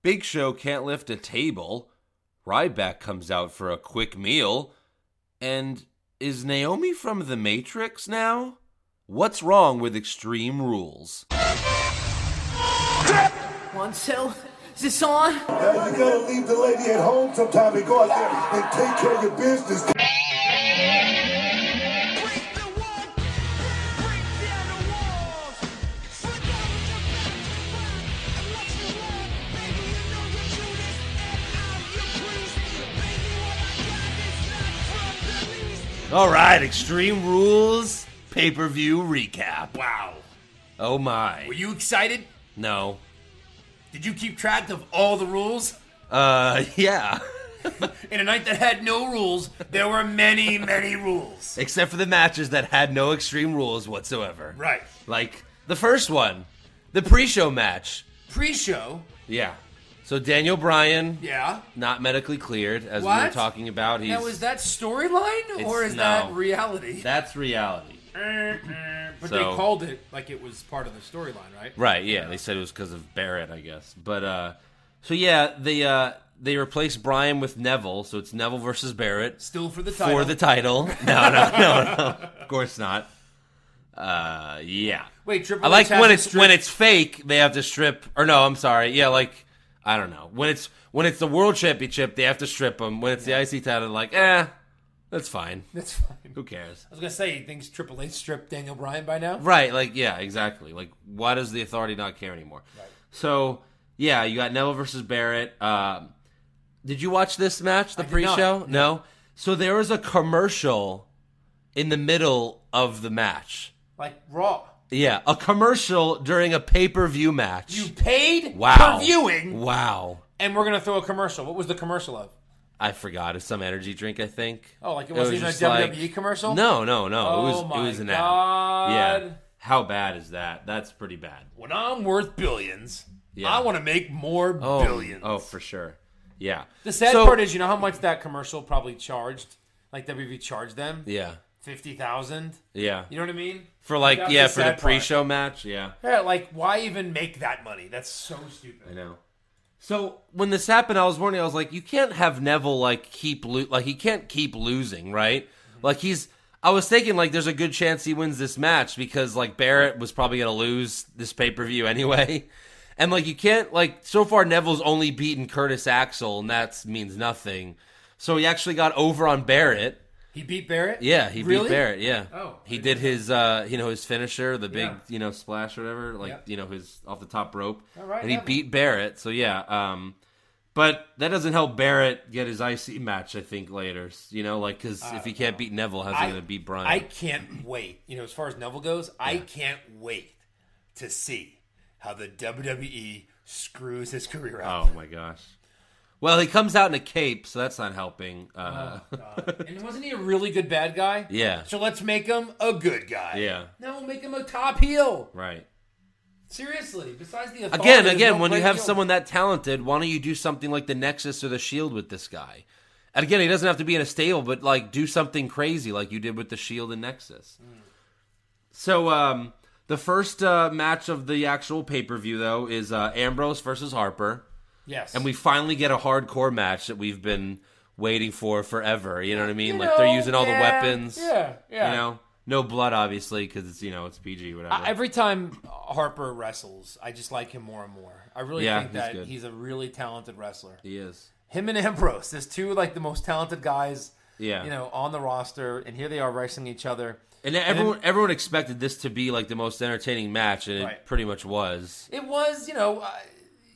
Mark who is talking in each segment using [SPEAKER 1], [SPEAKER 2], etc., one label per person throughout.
[SPEAKER 1] Big Show can't lift a table. Ryback comes out for a quick meal. And is Naomi from The Matrix now? What's wrong with extreme rules?
[SPEAKER 2] One, two. Is this on?
[SPEAKER 3] Now you gotta leave the lady at home sometime and go out there and take care of your business.
[SPEAKER 1] All right, Extreme Rules pay per view recap.
[SPEAKER 4] Wow.
[SPEAKER 1] Oh my.
[SPEAKER 4] Were you excited?
[SPEAKER 1] No.
[SPEAKER 4] Did you keep track of all the rules?
[SPEAKER 1] Uh, yeah.
[SPEAKER 4] In a night that had no rules, there were many, many rules.
[SPEAKER 1] Except for the matches that had no extreme rules whatsoever.
[SPEAKER 4] Right.
[SPEAKER 1] Like the first one, the pre show match.
[SPEAKER 4] Pre show,
[SPEAKER 1] Yeah. So Daniel Bryan,
[SPEAKER 4] yeah.
[SPEAKER 1] not medically cleared, as we were
[SPEAKER 4] What?
[SPEAKER 1] talking about. He's,
[SPEAKER 4] Now, is that storyline or
[SPEAKER 1] It's-
[SPEAKER 4] is that
[SPEAKER 1] no.
[SPEAKER 4] reality?
[SPEAKER 1] That's reality.
[SPEAKER 4] but
[SPEAKER 1] So-
[SPEAKER 4] they called it like it was part of the storyline, right?
[SPEAKER 1] Right, yeah. They said it was because of Barrett, I guess. But, uh, so yeah, they, uh, they replaced Bryan with Neville, so it's Neville versus Barrett.
[SPEAKER 4] Still for the title.
[SPEAKER 1] for the title. No, no, no, no. Of course not. Uh, yeah.
[SPEAKER 4] Wait, Triple
[SPEAKER 1] I like
[SPEAKER 4] H has
[SPEAKER 1] when
[SPEAKER 4] to
[SPEAKER 1] it's
[SPEAKER 4] strip-
[SPEAKER 1] when it's fake. They have to strip, or no, I'm sorry. Yeah, like I don't know when it's when it's the world championship. They have to strip them. When it's the IC title, like eh, that's fine.
[SPEAKER 4] That's fine.
[SPEAKER 1] Who cares?
[SPEAKER 4] I was gonna say he thinks Triple H stripped Daniel Bryan by now.
[SPEAKER 1] Right? Like yeah, exactly. Like why does the authority not care anymore? So yeah, you got Neville versus Barrett. Um, did you watch this match, the
[SPEAKER 4] I did not.
[SPEAKER 1] pre-show? No. So there was a commercial in the middle of the match.
[SPEAKER 4] Like Raw.
[SPEAKER 1] Yeah, a commercial during a pay per view match.
[SPEAKER 4] You paid
[SPEAKER 1] wow.
[SPEAKER 4] for viewing,
[SPEAKER 1] Wow.
[SPEAKER 4] and we're gonna throw a commercial. What was the commercial of?
[SPEAKER 1] I forgot. It's some energy drink, I think.
[SPEAKER 4] Oh, like it wasn't even a
[SPEAKER 1] just
[SPEAKER 4] WWE commercial?
[SPEAKER 1] No, no, no.
[SPEAKER 4] Oh
[SPEAKER 1] it was
[SPEAKER 4] my
[SPEAKER 1] it was an
[SPEAKER 4] God.
[SPEAKER 1] ad. Yeah. How bad is that? That's pretty bad.
[SPEAKER 4] When I'm worth billions,
[SPEAKER 1] Yeah.
[SPEAKER 4] I want to make more
[SPEAKER 1] Oh,
[SPEAKER 4] billions.
[SPEAKER 1] Oh, for sure. Yeah.
[SPEAKER 4] The sad
[SPEAKER 1] So-
[SPEAKER 4] part is, you know how much that commercial probably charged, like WWE charged them
[SPEAKER 1] Yeah.
[SPEAKER 4] fifty thousand.
[SPEAKER 1] Yeah.
[SPEAKER 4] You know what I mean?
[SPEAKER 1] For like
[SPEAKER 4] That's
[SPEAKER 1] yeah,
[SPEAKER 4] the
[SPEAKER 1] for the
[SPEAKER 4] sad part.
[SPEAKER 1] pre show match. Yeah.
[SPEAKER 4] Yeah, like why even make that money? That's so stupid.
[SPEAKER 1] I know. So when this happened, I was warning. I was like, you can't have Neville like keep lo- like he can't keep losing, right?
[SPEAKER 4] Mm-hmm.
[SPEAKER 1] Like he's. I was thinking like there's a good chance he wins this match because like Barrett was probably gonna lose this pay per view anyway, and like you can't like so far Neville's only beaten Curtis Axel and that means nothing. So he actually got over on Barrett.
[SPEAKER 4] He beat Barrett.
[SPEAKER 1] Yeah, he
[SPEAKER 4] Really?
[SPEAKER 1] beat Barrett. Yeah.
[SPEAKER 4] Oh,
[SPEAKER 1] he
[SPEAKER 4] I
[SPEAKER 1] did his uh, you know his finisher, the big
[SPEAKER 4] Yeah.
[SPEAKER 1] you know splash or whatever, like
[SPEAKER 4] Yeah.
[SPEAKER 1] you know his off the top rope,
[SPEAKER 4] All right,
[SPEAKER 1] and he
[SPEAKER 4] Neville.
[SPEAKER 1] beat Barrett. So yeah, um, but that doesn't help Barrett get his IC match. I think later, you know, like because if he can't beat Neville, how's he
[SPEAKER 4] Uh, I-
[SPEAKER 1] going to beat Brian?
[SPEAKER 4] I can't wait. You know, as far as Neville goes, I can't wait to see how the WWE screws his career up.
[SPEAKER 1] oh my gosh. Well, he comes out in a cape, so that's not helping. Uh,
[SPEAKER 4] Uh-huh. And wasn't he a really good bad guy?
[SPEAKER 1] Yeah.
[SPEAKER 4] So let's make him a good guy.
[SPEAKER 1] Yeah.
[SPEAKER 4] No, we'll make him a top heel.
[SPEAKER 1] right.
[SPEAKER 4] Seriously. Besides the authority,
[SPEAKER 1] Again,
[SPEAKER 4] there's
[SPEAKER 1] again,
[SPEAKER 4] no
[SPEAKER 1] when you
[SPEAKER 4] great
[SPEAKER 1] have
[SPEAKER 4] heel.
[SPEAKER 1] someone that talented, why don't you do something like the Nexus or the Shield with this guy? And again, he doesn't have to be in a stable, but like do something crazy like you did with the Shield and Nexus.
[SPEAKER 4] Mm.
[SPEAKER 1] So um, the first uh, match of the actual pay per view though is uh, Ambrose versus Harper,
[SPEAKER 4] yes,
[SPEAKER 1] and we finally get a hardcore match that we've been waiting for forever. You know what I mean?
[SPEAKER 4] You
[SPEAKER 1] like they're
[SPEAKER 4] know,
[SPEAKER 1] using all the
[SPEAKER 4] yeah,
[SPEAKER 1] weapons.
[SPEAKER 4] Yeah, yeah.
[SPEAKER 1] You know, no blood obviously because it's you know it's PG whatever.
[SPEAKER 4] I- every time Harper wrestles, I just like him more and more. I really
[SPEAKER 1] Yeah,
[SPEAKER 4] think
[SPEAKER 1] he's
[SPEAKER 4] that
[SPEAKER 1] good.
[SPEAKER 4] he's a really talented wrestler.
[SPEAKER 1] he is.
[SPEAKER 4] Him and Ambrose, there's two like the most talented guys,
[SPEAKER 1] Yeah.
[SPEAKER 4] you know, on the roster, and here they are wrestling each other.
[SPEAKER 1] And then everyone, everyone expected this to be like the most entertaining match, and it
[SPEAKER 4] Right.
[SPEAKER 1] pretty much was.
[SPEAKER 4] It was, you know, I,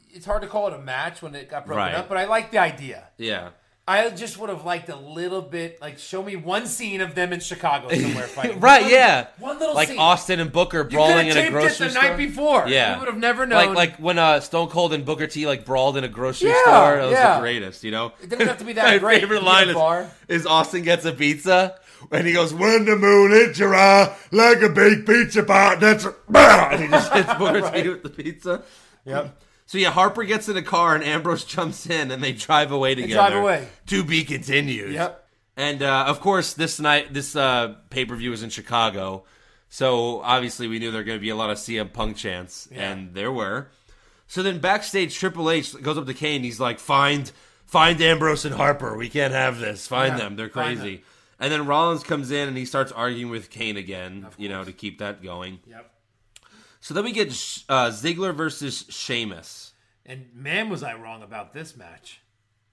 [SPEAKER 4] it's hard to call it a match when it got broken
[SPEAKER 1] Right.
[SPEAKER 4] up, but I like the idea.
[SPEAKER 1] Yeah,
[SPEAKER 4] I just would have liked a little bit, like show me one scene of them in Chicago somewhere fighting.
[SPEAKER 1] right.
[SPEAKER 4] One-
[SPEAKER 1] Yeah,
[SPEAKER 4] one little
[SPEAKER 1] like
[SPEAKER 4] scene.
[SPEAKER 1] Austin and Booker brawling
[SPEAKER 4] you
[SPEAKER 1] in
[SPEAKER 4] could
[SPEAKER 1] a
[SPEAKER 4] have taped
[SPEAKER 1] grocery
[SPEAKER 4] it the
[SPEAKER 1] store.
[SPEAKER 4] night before.
[SPEAKER 1] Yeah,
[SPEAKER 4] you would have never
[SPEAKER 1] Like
[SPEAKER 4] known.
[SPEAKER 1] like when uh, Stone Cold and Booker T like brawled in a grocery
[SPEAKER 4] Yeah,
[SPEAKER 1] store. That was
[SPEAKER 4] yeah.
[SPEAKER 1] the greatest, you know. It
[SPEAKER 4] didn't have to be that great. It could
[SPEAKER 1] favorite
[SPEAKER 4] be
[SPEAKER 1] line
[SPEAKER 4] a
[SPEAKER 1] is,
[SPEAKER 4] bar.
[SPEAKER 1] is Austin gets a pizza and he goes, "When the
[SPEAKER 3] moon hits your eye like a big pizza pie. That's a,
[SPEAKER 1] and he just hits Booker T with the pizza."
[SPEAKER 4] Yep.
[SPEAKER 1] So yeah, Harper gets in the car and Ambrose jumps in and they drive away together.
[SPEAKER 4] drive away.
[SPEAKER 1] To be continued.
[SPEAKER 4] Yep.
[SPEAKER 1] And uh, of course, this night, this uh, pay per view is in Chicago, so obviously we knew there were going to be a lot of CM Punk chants, and there were. So then backstage, Triple H goes up to Kane. He's like, "Find, find Ambrose and Harper. We can't have this. Find
[SPEAKER 4] Yeah,
[SPEAKER 1] them. They're
[SPEAKER 4] find
[SPEAKER 1] crazy." And then Rollins comes in and he starts arguing with Kane again, you know, to keep that going.
[SPEAKER 4] Yep.
[SPEAKER 1] So then we get uh, Ziggler versus Sheamus.
[SPEAKER 4] And man, was I wrong about this match.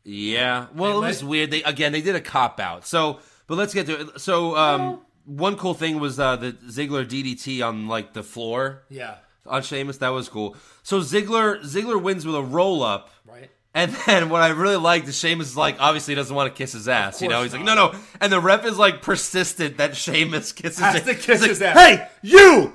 [SPEAKER 1] Yeah. Well,
[SPEAKER 4] They
[SPEAKER 1] it was
[SPEAKER 4] let-
[SPEAKER 1] weird. They again, they did a cop out. So, but let's get to it. So, um, one cool thing was uh, the Ziggler DDT on like the floor
[SPEAKER 4] Yeah.
[SPEAKER 1] on Sheamus. That was cool. So Ziggler Ziggler wins with a roll up.
[SPEAKER 4] Right.
[SPEAKER 1] And then what I really liked is Sheamus is like obviously doesn't want to kiss his ass, you know.
[SPEAKER 4] course
[SPEAKER 1] He's like,
[SPEAKER 4] not.
[SPEAKER 1] no, no. And the ref is like persistent that Sheamus kisses
[SPEAKER 4] Has
[SPEAKER 1] his-
[SPEAKER 4] to kiss
[SPEAKER 1] He's
[SPEAKER 4] his
[SPEAKER 1] like,
[SPEAKER 4] ass.
[SPEAKER 1] Hey, you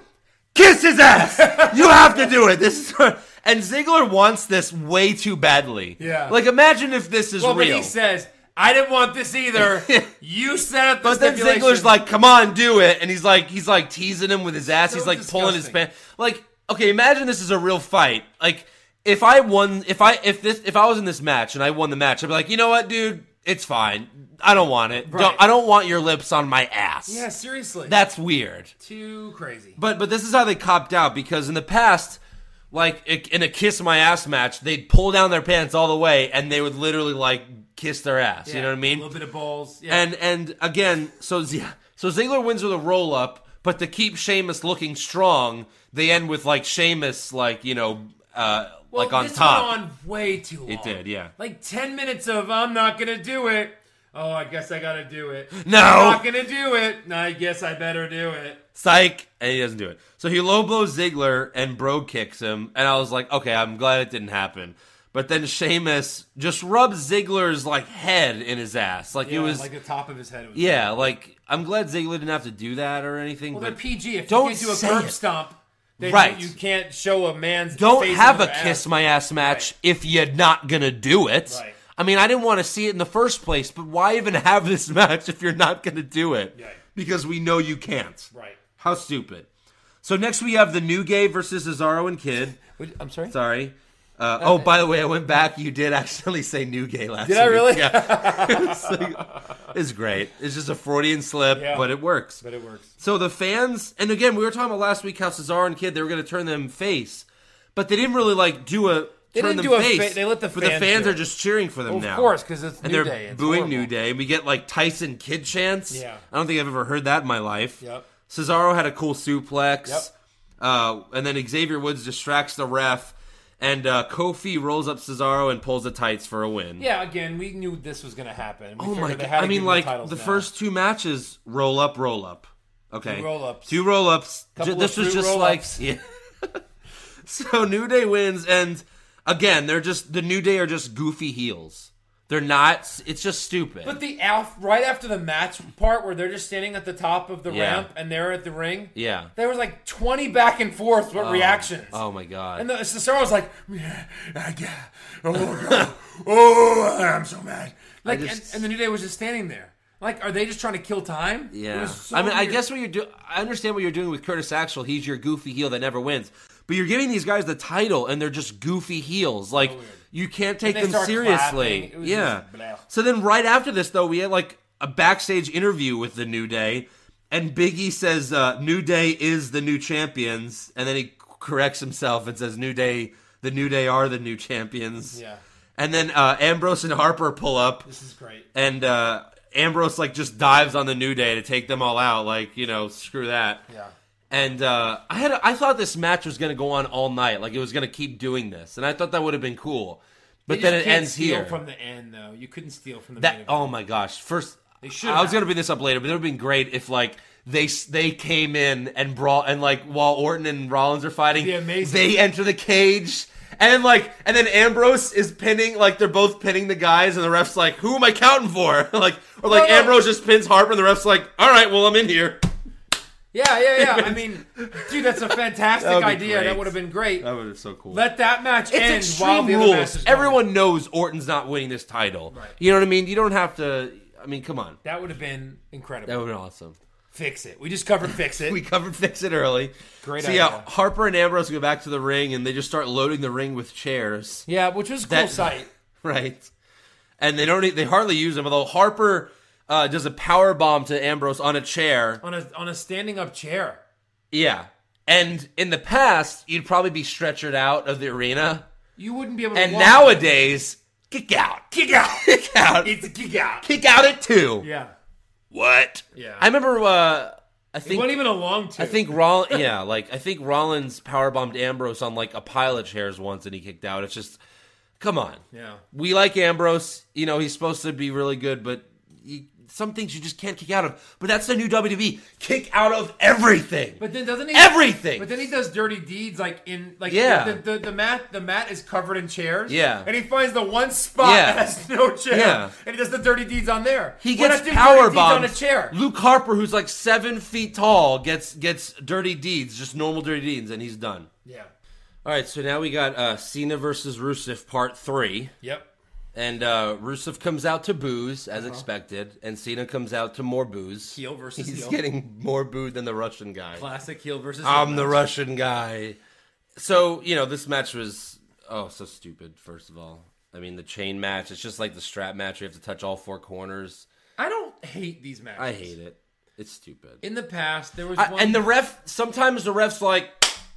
[SPEAKER 1] kiss his ass. you have to do it. This is and Ziggler wants this way too badly.
[SPEAKER 4] Yeah.
[SPEAKER 1] Like imagine if this is
[SPEAKER 4] Well,
[SPEAKER 1] real.
[SPEAKER 4] but he says, I didn't want this either. you set up the
[SPEAKER 1] But then
[SPEAKER 4] stipulation."
[SPEAKER 1] Ziggler's like, "Come on, do it," and he's like, he's like teasing him with his ass. he's like pulling his
[SPEAKER 4] disgusting.
[SPEAKER 1] pants. Like, okay, imagine this is a real fight. Like, if I won, if I if this if I was in this match and I won the match, I'd be like, you know what, dude, it's fine. I don't want it.
[SPEAKER 4] Right.
[SPEAKER 1] Don't, I don't want your lips on my ass.
[SPEAKER 4] Yeah, seriously.
[SPEAKER 1] that's weird.
[SPEAKER 4] too crazy.
[SPEAKER 1] But but this is how they copped out because in the past, like i- in a kiss my ass match, they'd pull down their pants all the way and they would literally like kiss their ass. You know what I mean?
[SPEAKER 4] A little bit of balls. Yeah.
[SPEAKER 1] And and again, so Z- so Ziggler wins with a roll up, but to keep Sheamus looking strong, they end with like Sheamus like you know uh,
[SPEAKER 4] Well,
[SPEAKER 1] like on
[SPEAKER 4] this
[SPEAKER 1] top.
[SPEAKER 4] Went on way too long. It
[SPEAKER 1] did, yeah.
[SPEAKER 4] Like ten minutes of I'm not gonna do it. Oh, I guess I gotta do it.
[SPEAKER 1] No.
[SPEAKER 4] I'm not gonna do it. I guess I better do it.
[SPEAKER 1] Psych, and he doesn't do it. So he low blows Ziggler and bro kicks him, and I was like, okay, I'm glad it didn't happen. But then Sheamus just rubs Ziggler's like head in his ass, like
[SPEAKER 4] Yeah,
[SPEAKER 1] it was
[SPEAKER 4] like the top of his head. It was
[SPEAKER 1] yeah, like I'm glad Ziggler didn't have to do that or anything.
[SPEAKER 4] Well, they're
[SPEAKER 1] but
[SPEAKER 4] PG. If
[SPEAKER 1] don't
[SPEAKER 4] you can't do a
[SPEAKER 1] say
[SPEAKER 4] curb
[SPEAKER 1] it.
[SPEAKER 4] stomp, then
[SPEAKER 1] Right.
[SPEAKER 4] you, you can't show a man's.
[SPEAKER 1] don't
[SPEAKER 4] face
[SPEAKER 1] have
[SPEAKER 4] in
[SPEAKER 1] a
[SPEAKER 4] their
[SPEAKER 1] kiss
[SPEAKER 4] ass.
[SPEAKER 1] my ass match if you're not gonna do it.
[SPEAKER 4] Right.
[SPEAKER 1] I mean, I didn't want to see it in the first place, but why even have this match if you're not gonna do it?
[SPEAKER 4] Right.
[SPEAKER 1] Because we know you can't.
[SPEAKER 4] Right.
[SPEAKER 1] How stupid. So next we have the New Gay versus Cesaro and Kid.
[SPEAKER 4] I'm sorry.
[SPEAKER 1] Sorry. Uh, oh, by the way, I went back. You did accidentally say New Gay last.
[SPEAKER 4] Did I
[SPEAKER 1] week.
[SPEAKER 4] really?
[SPEAKER 1] Yeah. it's, like- it's great. It's just a Freudian slip,
[SPEAKER 4] Yeah.
[SPEAKER 1] but it works.
[SPEAKER 4] But it works.
[SPEAKER 1] So the fans, and again, we were talking about last week how Cesaro and Kid they were going to turn them face, but they didn't really like do a
[SPEAKER 4] They
[SPEAKER 1] turn
[SPEAKER 4] didn't
[SPEAKER 1] them
[SPEAKER 4] do a
[SPEAKER 1] face.
[SPEAKER 4] fa- they let the
[SPEAKER 1] but
[SPEAKER 4] fans
[SPEAKER 1] the fans
[SPEAKER 4] do
[SPEAKER 1] are
[SPEAKER 4] it.
[SPEAKER 1] just cheering for them
[SPEAKER 4] Well, of
[SPEAKER 1] now,
[SPEAKER 4] course, 'cause it's
[SPEAKER 1] and
[SPEAKER 4] New
[SPEAKER 1] they're
[SPEAKER 4] Day. It's
[SPEAKER 1] booing
[SPEAKER 4] horrible.
[SPEAKER 1] New Day. And we get like Tyson Kid chants.
[SPEAKER 4] Yeah.
[SPEAKER 1] I don't think I've ever heard that in my life.
[SPEAKER 4] Yep.
[SPEAKER 1] Cesaro had a cool suplex.
[SPEAKER 4] Yep.
[SPEAKER 1] Uh, and then Xavier Woods distracts the ref, and uh, Kofi rolls up Cesaro and pulls the tights for a win.
[SPEAKER 4] Yeah. Again, we knew this was gonna happen. We
[SPEAKER 1] Oh my
[SPEAKER 4] figured
[SPEAKER 1] god!
[SPEAKER 4] They had to
[SPEAKER 1] I
[SPEAKER 4] give
[SPEAKER 1] mean,
[SPEAKER 4] them
[SPEAKER 1] like
[SPEAKER 4] titles
[SPEAKER 1] the
[SPEAKER 4] now.
[SPEAKER 1] first two matches, roll up, roll up. Okay,
[SPEAKER 4] Two roll-ups.
[SPEAKER 1] two roll ups.
[SPEAKER 4] Couple of
[SPEAKER 1] this was
[SPEAKER 4] fruit
[SPEAKER 1] just like
[SPEAKER 4] roll-ups.
[SPEAKER 1] yeah. so New Day wins, and again, they're just the New Day are just goofy heels. They're not. It's just stupid.
[SPEAKER 4] But the Alf right after the match part where they're just standing at the top of the
[SPEAKER 1] Yeah.
[SPEAKER 4] ramp and they're at the ring.
[SPEAKER 1] yeah.
[SPEAKER 4] There was like twenty back and forth but reactions.
[SPEAKER 1] Oh my god.
[SPEAKER 4] And the, Cesaro was like, yeah, I get, oh, God. oh, I'm so mad. Like,
[SPEAKER 1] just-
[SPEAKER 4] and, and the New Day was just standing there. Like, are they just trying to kill time? It
[SPEAKER 1] Yeah.
[SPEAKER 4] was so
[SPEAKER 1] I mean, I
[SPEAKER 4] weird.
[SPEAKER 1] guess what you're doing, I understand what you're doing with Curtis Axel. He's your goofy heel that never wins. But you're giving these guys the title, and they're just goofy heels. Like you can't take
[SPEAKER 4] they
[SPEAKER 1] them
[SPEAKER 4] start
[SPEAKER 1] seriously.
[SPEAKER 4] clapping. It was
[SPEAKER 1] Yeah.
[SPEAKER 4] just blah.
[SPEAKER 1] So then, right after this, though, we had like a backstage interview with the New Day, and Biggie says, uh, "New Day is the new champions," and then he corrects himself and says, "New Day, the New Day are the new champions."
[SPEAKER 4] Yeah.
[SPEAKER 1] And then uh, Ambrose and Harper pull up
[SPEAKER 4] this is great.
[SPEAKER 1] and uh, Ambrose like just dives on the New Day to take them all out. Like you know, screw that.
[SPEAKER 4] Yeah.
[SPEAKER 1] And uh, I had I thought this match was gonna go on all night. Like it was gonna keep doing this, and I thought that would have been cool. But
[SPEAKER 4] You
[SPEAKER 1] then
[SPEAKER 4] just
[SPEAKER 1] it
[SPEAKER 4] can't
[SPEAKER 1] ends
[SPEAKER 4] steal
[SPEAKER 1] here.
[SPEAKER 4] From the end, though, you couldn't steal from the main
[SPEAKER 1] that
[SPEAKER 4] event.
[SPEAKER 1] oh my gosh! First,
[SPEAKER 4] They should
[SPEAKER 1] I was
[SPEAKER 4] have.
[SPEAKER 1] gonna bring this up later, but it would have been great if like. They s- they came in and brought and like while Orton and Rollins are fighting,
[SPEAKER 4] It'd be amazing.
[SPEAKER 1] they enter the cage and then like and then Ambrose is pinning like they're both pinning the guys and the refs like who am I counting for like or like
[SPEAKER 4] No, no.
[SPEAKER 1] Ambrose just pins Harper and the refs like all right well I'm in here
[SPEAKER 4] Yeah, yeah, yeah. I mean, dude, that's a fantastic
[SPEAKER 1] That would be
[SPEAKER 4] idea.
[SPEAKER 1] great.
[SPEAKER 4] That would have been great.
[SPEAKER 1] would have so cool.
[SPEAKER 4] Let that match end
[SPEAKER 1] it's
[SPEAKER 4] while
[SPEAKER 1] extreme
[SPEAKER 4] the other match
[SPEAKER 1] rules.
[SPEAKER 4] is going.
[SPEAKER 1] Everyone knows Orton's not winning this title.
[SPEAKER 4] Right.
[SPEAKER 1] You know what I mean? You don't have to. I mean, come on.
[SPEAKER 4] That would have been incredible.
[SPEAKER 1] That would have been awesome.
[SPEAKER 4] Fix it. We just covered fix it.
[SPEAKER 1] We covered fix it early.
[SPEAKER 4] Great
[SPEAKER 1] So
[SPEAKER 4] idea.
[SPEAKER 1] yeah, Harper and Ambrose go back to the ring and they just start loading the ring with chairs.
[SPEAKER 4] yeah, which was a cool
[SPEAKER 1] That-
[SPEAKER 4] sight.
[SPEAKER 1] Right. And they don't. e- They hardly use them. Although Harper uh, does a power bomb to Ambrose on a chair.
[SPEAKER 4] on a on a standing up chair.
[SPEAKER 1] Yeah. And in the past, you'd probably be stretchered out of the arena.
[SPEAKER 4] You wouldn't be able to
[SPEAKER 1] And
[SPEAKER 4] walk.
[SPEAKER 1] nowadays, kick out, kick out, kick out,
[SPEAKER 4] it's a kick out.
[SPEAKER 1] kick out at two.
[SPEAKER 4] Yeah.
[SPEAKER 1] What?
[SPEAKER 4] Yeah.
[SPEAKER 1] I remember. Uh, I
[SPEAKER 4] It
[SPEAKER 1] think
[SPEAKER 4] wasn't even a long two.
[SPEAKER 1] I think Roll yeah, like I think Rollins powerbombed Ambrose on like a pile of chairs once and he kicked out. It's just come on.
[SPEAKER 4] Yeah.
[SPEAKER 1] We like Ambrose, you know, he's supposed to be really good, but you, some things you just can't kick out of. But that's the new WWE. Kick out of everything.
[SPEAKER 4] But then doesn't he
[SPEAKER 1] Everything!
[SPEAKER 4] But then he does dirty deeds like in like
[SPEAKER 1] Yeah.
[SPEAKER 4] The, the, the mat the mat is covered in chairs.
[SPEAKER 1] Yeah.
[SPEAKER 4] and he finds the one spot
[SPEAKER 1] Yeah.
[SPEAKER 4] that has no chair.
[SPEAKER 1] Yeah.
[SPEAKER 4] and he does the dirty deeds on there.
[SPEAKER 1] he
[SPEAKER 4] Why
[SPEAKER 1] gets
[SPEAKER 4] not do dirty
[SPEAKER 1] power
[SPEAKER 4] deeds
[SPEAKER 1] bombed
[SPEAKER 4] on a chair.
[SPEAKER 1] Luke Harper, who's like seven feet tall, gets gets dirty deeds, just normal dirty deeds, and he's done.
[SPEAKER 4] Yeah.
[SPEAKER 1] All right, so now we got uh, Cena versus Rusev Part Three.
[SPEAKER 4] Yep.
[SPEAKER 1] And uh, Rusev comes out to booze as expected, and Cena comes out to more booze.
[SPEAKER 4] Uh-huh. Heel versus
[SPEAKER 1] He's
[SPEAKER 4] heel.
[SPEAKER 1] getting more booed than the Russian guy.
[SPEAKER 4] Classic heel versus.
[SPEAKER 1] I'm
[SPEAKER 4] heel
[SPEAKER 1] the
[SPEAKER 4] match.
[SPEAKER 1] Russian guy. So you know this match was oh so stupid. First of all, I mean the chain match. It's just like the strap match. You have to touch all four corners.
[SPEAKER 4] I don't hate these matches.
[SPEAKER 1] I hate it. It's stupid.
[SPEAKER 4] In the past, there was
[SPEAKER 1] I-
[SPEAKER 4] one.
[SPEAKER 1] and the ref sometimes the ref's like,